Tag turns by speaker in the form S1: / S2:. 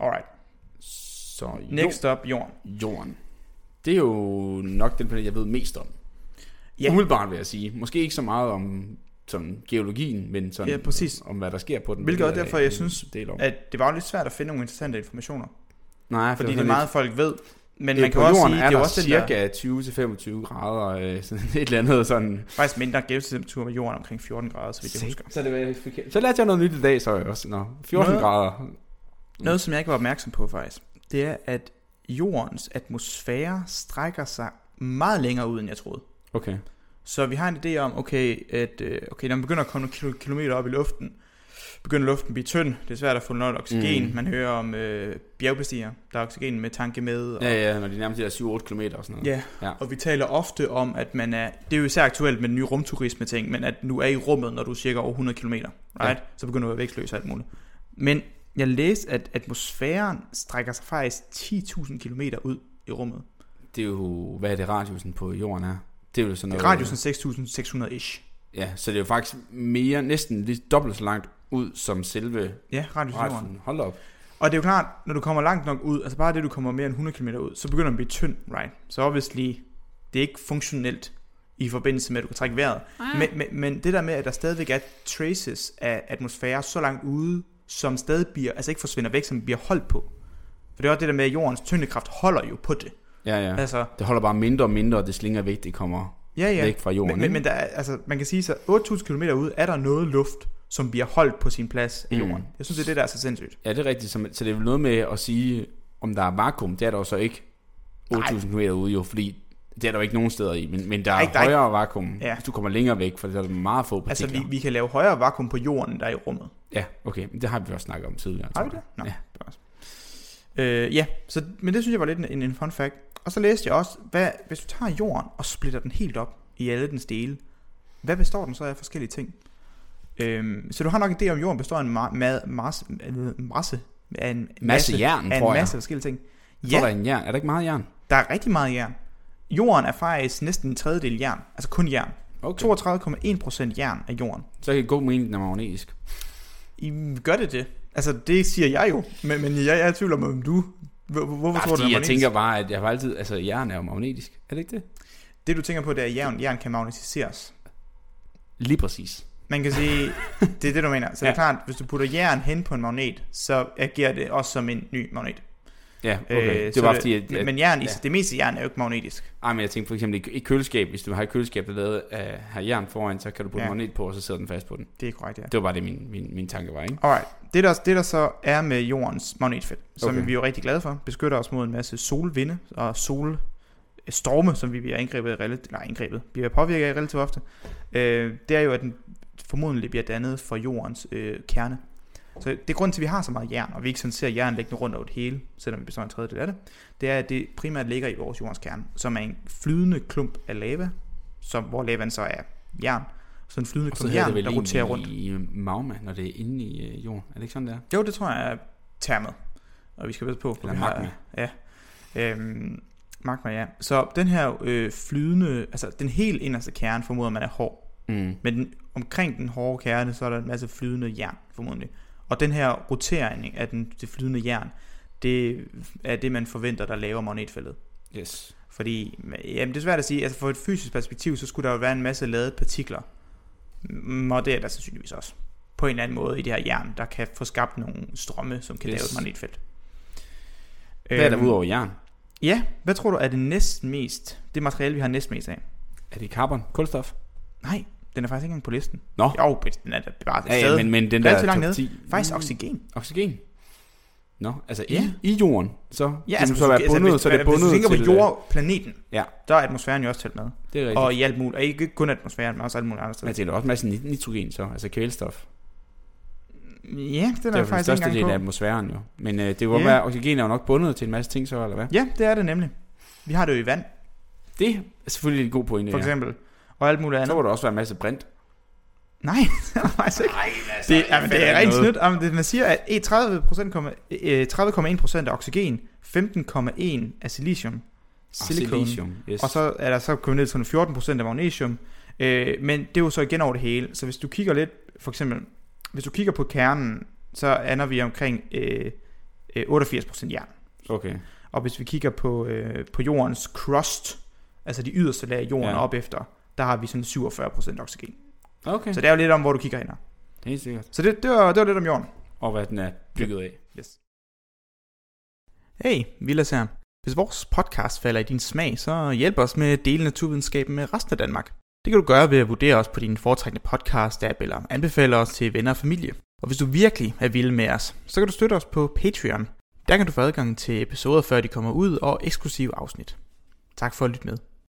S1: Alright.
S2: Så jo,
S1: Next up, jorden.
S2: jorden. Det er jo nok den planet, jeg ved mest om.
S1: Ja.
S2: Ja. Umiddelbart vil jeg sige. Måske ikke så meget om sådan, geologien, men sådan,
S1: Ja, præcis.
S2: om hvad der sker på den.
S1: Hvilket
S2: Det
S1: også
S2: ved
S1: derfor,
S2: da
S1: jeg
S2: en
S1: synes,
S2: del om.
S1: At det var jo lidt svært at finde nogle interessante informationer,
S2: Nej,
S1: fordi det er
S2: sådan
S1: meget folk ved. Men
S2: lidt-
S1: man kan
S2: på
S1: jo også
S2: jorden
S1: sige,
S2: er
S1: det er jo
S2: der
S1: også den der,
S2: cirka 20-25 grader, øh, sådan et eller andet sådan.
S1: faktisk mindre gennemsnitstemperatur med jorden omkring 14 grader, så vidt jeg
S2: Se,
S1: husker.
S2: Så, det var, jeg fik- så lærte jeg noget nyt i dag, så jeg også. Nå, 14
S1: Noget-
S2: grader.
S1: Noget, som jeg ikke var opmærksom på faktisk, det er, at jordens atmosfære strækker sig meget længere ud, end jeg troede.
S2: Okay.
S1: Så vi har en idé om, okay, at øh, okay, når man begynder at komme nogle kilo- kilometer op i luften, begynder luften at blive tynd, det er svært at få noget oxygen,
S2: Mm.
S1: man hører om øh, bjergbestiger, der er oxygen med tanke med, og,
S2: Ja, ja, når de nærmest er 7-8 km og sådan noget.
S1: ja.
S2: Ja.
S1: og vi taler ofte om, at man er, det er jo især aktuelt med den nye rumturisme ting, men at nu er i rummet, når du er cirka over 100 km, right?
S2: Ja.
S1: så begynder du at være vægtløs og alt muligt. Men jeg læste, at atmosfæren strækker sig faktisk 10.000 km ud i rummet.
S2: Det er jo, hvad er det radiusen på jorden er? Det er jo sådan
S1: Det
S2: noget...
S1: er radiusen 6.600-ish.
S2: Ja, så det er jo faktisk mere, næsten lige dobbelt så langt ud som selve
S1: Ja, radiusen. jorden.
S2: radiusen. Hold da op.
S1: Og det er jo klart, når du kommer langt nok ud, altså bare det, du kommer mere end 100 km ud, så begynder den at blive tynd, right? Så obviously, det er ikke funktionelt i forbindelse med, at du kan trække vejret. Ah. Men, men, men det der med, at der stadigvæk er traces af atmosfære så langt ude, som stadig bliver, altså ikke forsvinder væk, som bliver holdt på. For det er også det der med, at jordens tyngdekraft holder jo på det.
S2: Ja, ja.
S1: Ja. Altså,
S2: Det holder bare mindre og mindre, og det slinger væk, det kommer
S1: ja,
S2: ja.
S1: ja.
S2: væk fra jorden.
S1: Men, men,
S2: ikke?
S1: men der er, altså, man kan sige så 8.000 km ude, er der noget luft, som bliver holdt på sin plads i
S2: Mm.
S1: jorden. Jeg synes, det er det, der er så sindssygt.
S2: Ja, det er rigtigt. Så, så det er vel noget med at sige, om der er vakuum. Det er der jo så ikke 8.000 km ude jo, fordi det er der jo ikke nogen steder i. Men, men der er
S1: Ej, der er
S2: højere vakuum,
S1: Ja.
S2: ja. hvis du kommer længere væk, for der er der meget få
S1: Altså,
S2: partikler.
S1: vi, vi kan lave højere vakuum på jorden, end der er i rummet.
S2: Ja, okay. Men Det har vi også snakket om tidligere.
S1: Har
S2: tror
S1: vi
S2: jeg.
S1: det? Nå.
S2: Ja.
S1: Øh, ja, så, men det synes jeg var lidt en, en fun fact. Og så læste jeg også, hvad, hvis du tager jorden og splitter den helt op i alle dens dele, hvad består den så af forskellige ting? Øhm, så du har nok en idé om, at jorden består af en ma- ma- masse, masse, af en
S2: Masse jern,
S1: af en
S2: tror jeg.
S1: masse forskellige ting.
S2: Ja.
S1: Ja,
S2: Tror der er en jern? Er der ikke meget jern?
S1: der er rigtig meget jern. Jorden er faktisk næsten en tredjedel jern, altså kun jern.
S2: Okay.
S1: 32,1% jern af jorden.
S2: Så kan det gå med en, den er magnetisk.
S1: I, gør det det? Altså, det siger jeg jo, men, men jeg, jeg er i tvivl om, om du... Hvor, hvorfor
S2: Bare
S1: tror
S2: fordi
S1: du, den er
S2: jeg
S1: magnetisk?
S2: tænker bare, at jeg har altid... Altså, jern er jo magnetisk. Er det ikke det?
S1: Det du tænker på, det er, at jern, jern kan magnetiseres.
S2: Lige præcis.
S1: Man kan sige, det er det du mener. Så ja. det er
S2: Ja.
S1: klart, hvis du putter jern hen på en magnet, så agerer det også som en ny magnet.
S2: Ja, okay. Øh,
S1: så
S2: det var fordi, at, at, men,
S1: Men jern, ja.
S2: ja.
S1: det meste jern er jo ikke magnetisk.
S2: ej, men jeg tænkte for eksempel i, i køleskab, hvis du har et køleskab, der er lavet af har jern foran, så kan du putte
S1: Ja.
S2: ja. magnet på, og så sidder den fast på den.
S1: Det er korrekt, ja.
S2: Det var bare det, min, min, min tanke var, ikke?
S1: Alright. Det der, det der så er med jordens magnetfelt, som okay.
S2: Okay.
S1: vi er jo rigtig glade for, beskytter os mod en masse solvinde og solstorme, som vi bliver angrebet, af relativt, nej, angrebet bliver påvirket af relativt ofte. Øh, det er jo, at den formodentlig bliver dannet fra jordens øh, kerne. Så det er grunden til, at vi har så meget jern, og vi ikke sådan ser jern liggende rundt over det hele, selvom vi består en tredjedel af det, det er, at det primært ligger i vores jordens kerne, som er en flydende klump af lava, som, hvor lavaen så er jern. Så en flydende
S2: Og så
S1: klump
S2: hedder det
S1: jern,
S2: vel
S1: der roterer
S2: egentlig
S1: rundt.
S2: i øh, magma, når det er inde i øh, jorden. Er det ikke sådan, der?
S1: Jo, det tror jeg er termet. Og vi skal passe på. for
S2: Eller
S1: den her-
S2: magma.
S1: Øhm, magma, ja. Så den her øh, flydende, altså den helt inderste kerne, formoder man er hård.
S2: Mm.
S1: Men den, omkring den hårde kerne, så er der en masse flydende jern, formodentlig. Og den her rotering af den, det flydende jern, det er det, man forventer, der laver magnetfeltet.
S2: Yes.
S1: Fordi, jamen det er svært at sige, altså fra et fysisk perspektiv, så skulle der jo være en masse ladede partikler. Mm, Og det er der sandsynligvis også. På en eller anden måde i det her jern, der kan få skabt nogle strømme, som kan yes.
S2: Yes.
S1: lave et magnetfelt.
S2: Hvad er der
S1: Øhm,
S2: udover jern?
S1: Ja, hvad tror du er det næst mest, det materiale vi har næst mest af?
S2: Er det carbon? Kulstof?
S1: Nej, den er faktisk ikke engang på listen.
S2: Nå.
S1: Jo, men den er da bare
S2: Ja, ja, men, men den
S1: relativt
S2: der
S1: langt
S2: top
S1: nede.
S2: 10.
S1: Faktisk
S2: Mm.
S1: oxygen.
S2: Oxygen? Nå, altså i,
S1: Ja.
S2: i jorden, så ja, altså,
S1: hvis
S2: så
S1: du-
S2: være bundet,
S1: hvis,
S2: så er det bundet
S1: Hvis du tænker
S2: til, øh,
S1: på jordplaneten,
S2: Ja.
S1: der er atmosfæren jo også talt med.
S2: Det er rigtigt. Og,
S1: Og i alt muligt, og ikke kun atmosfæren, men også alt muligt andet sted.
S2: men det er også en masse nit- nitrogen så, altså kvælstof.
S1: Ja, den
S2: Det
S1: er,
S2: er
S1: er
S2: jo den
S1: faktisk ikke
S2: største del af
S1: engang på.
S2: atmosfæren jo. Men øh, det kunne godt
S1: Ja.
S2: være, at oxygen er jo nok bundet til en masse ting så, eller hvad?
S1: Ja, det er det nemlig. Vi har det jo i vand,
S2: Det er selvfølgelig en god pointe,
S1: for
S2: ja.
S1: eksempel, og alt muligt
S2: Så
S1: andet.
S2: må der også være en masse brint.
S1: Nej, det er faktisk ikke.
S2: Nej,
S1: Det, jamen, det er rent snydt. Jamen, det, man siger, at E 30%, komma- øh, 30,1 procent af oxygen, 15,1 af silicium, silikon,
S2: Silicium, yes.
S1: og så er der så kommet ned til sådan 14 procent af magnesium. Øh, men det er jo så igen over det hele. Så hvis du kigger lidt, for eksempel, hvis du kigger på kernen, så ender vi omkring øh, øh, 88% jern.
S2: Okay.
S1: Og hvis vi kigger på, øh, på jordens crust, altså de yderste lag af jorden
S2: Ja.
S1: ja. op efter, der har vi sådan 47% oxygen.
S2: Okay.
S1: Så det er jo lidt om, hvor du kigger hen.
S2: Helt sikkert.
S1: Så det, det, var, det var lidt om jorden.
S2: Og hvad den er bygget af.
S1: Yes. Hey, Vilas her. Hvis vores podcast falder i din smag, så hjælp os med at dele naturvidenskaben med resten af Danmark. Det kan du gøre ved at vurdere os på din foretrækkende podcast-app eller anbefale os til venner og familie. Og hvis du virkelig er vild med os, så kan du støtte os på Patreon. Der kan du få adgang til episoder, før de kommer ud, og eksklusive afsnit. Tak for at lytte med.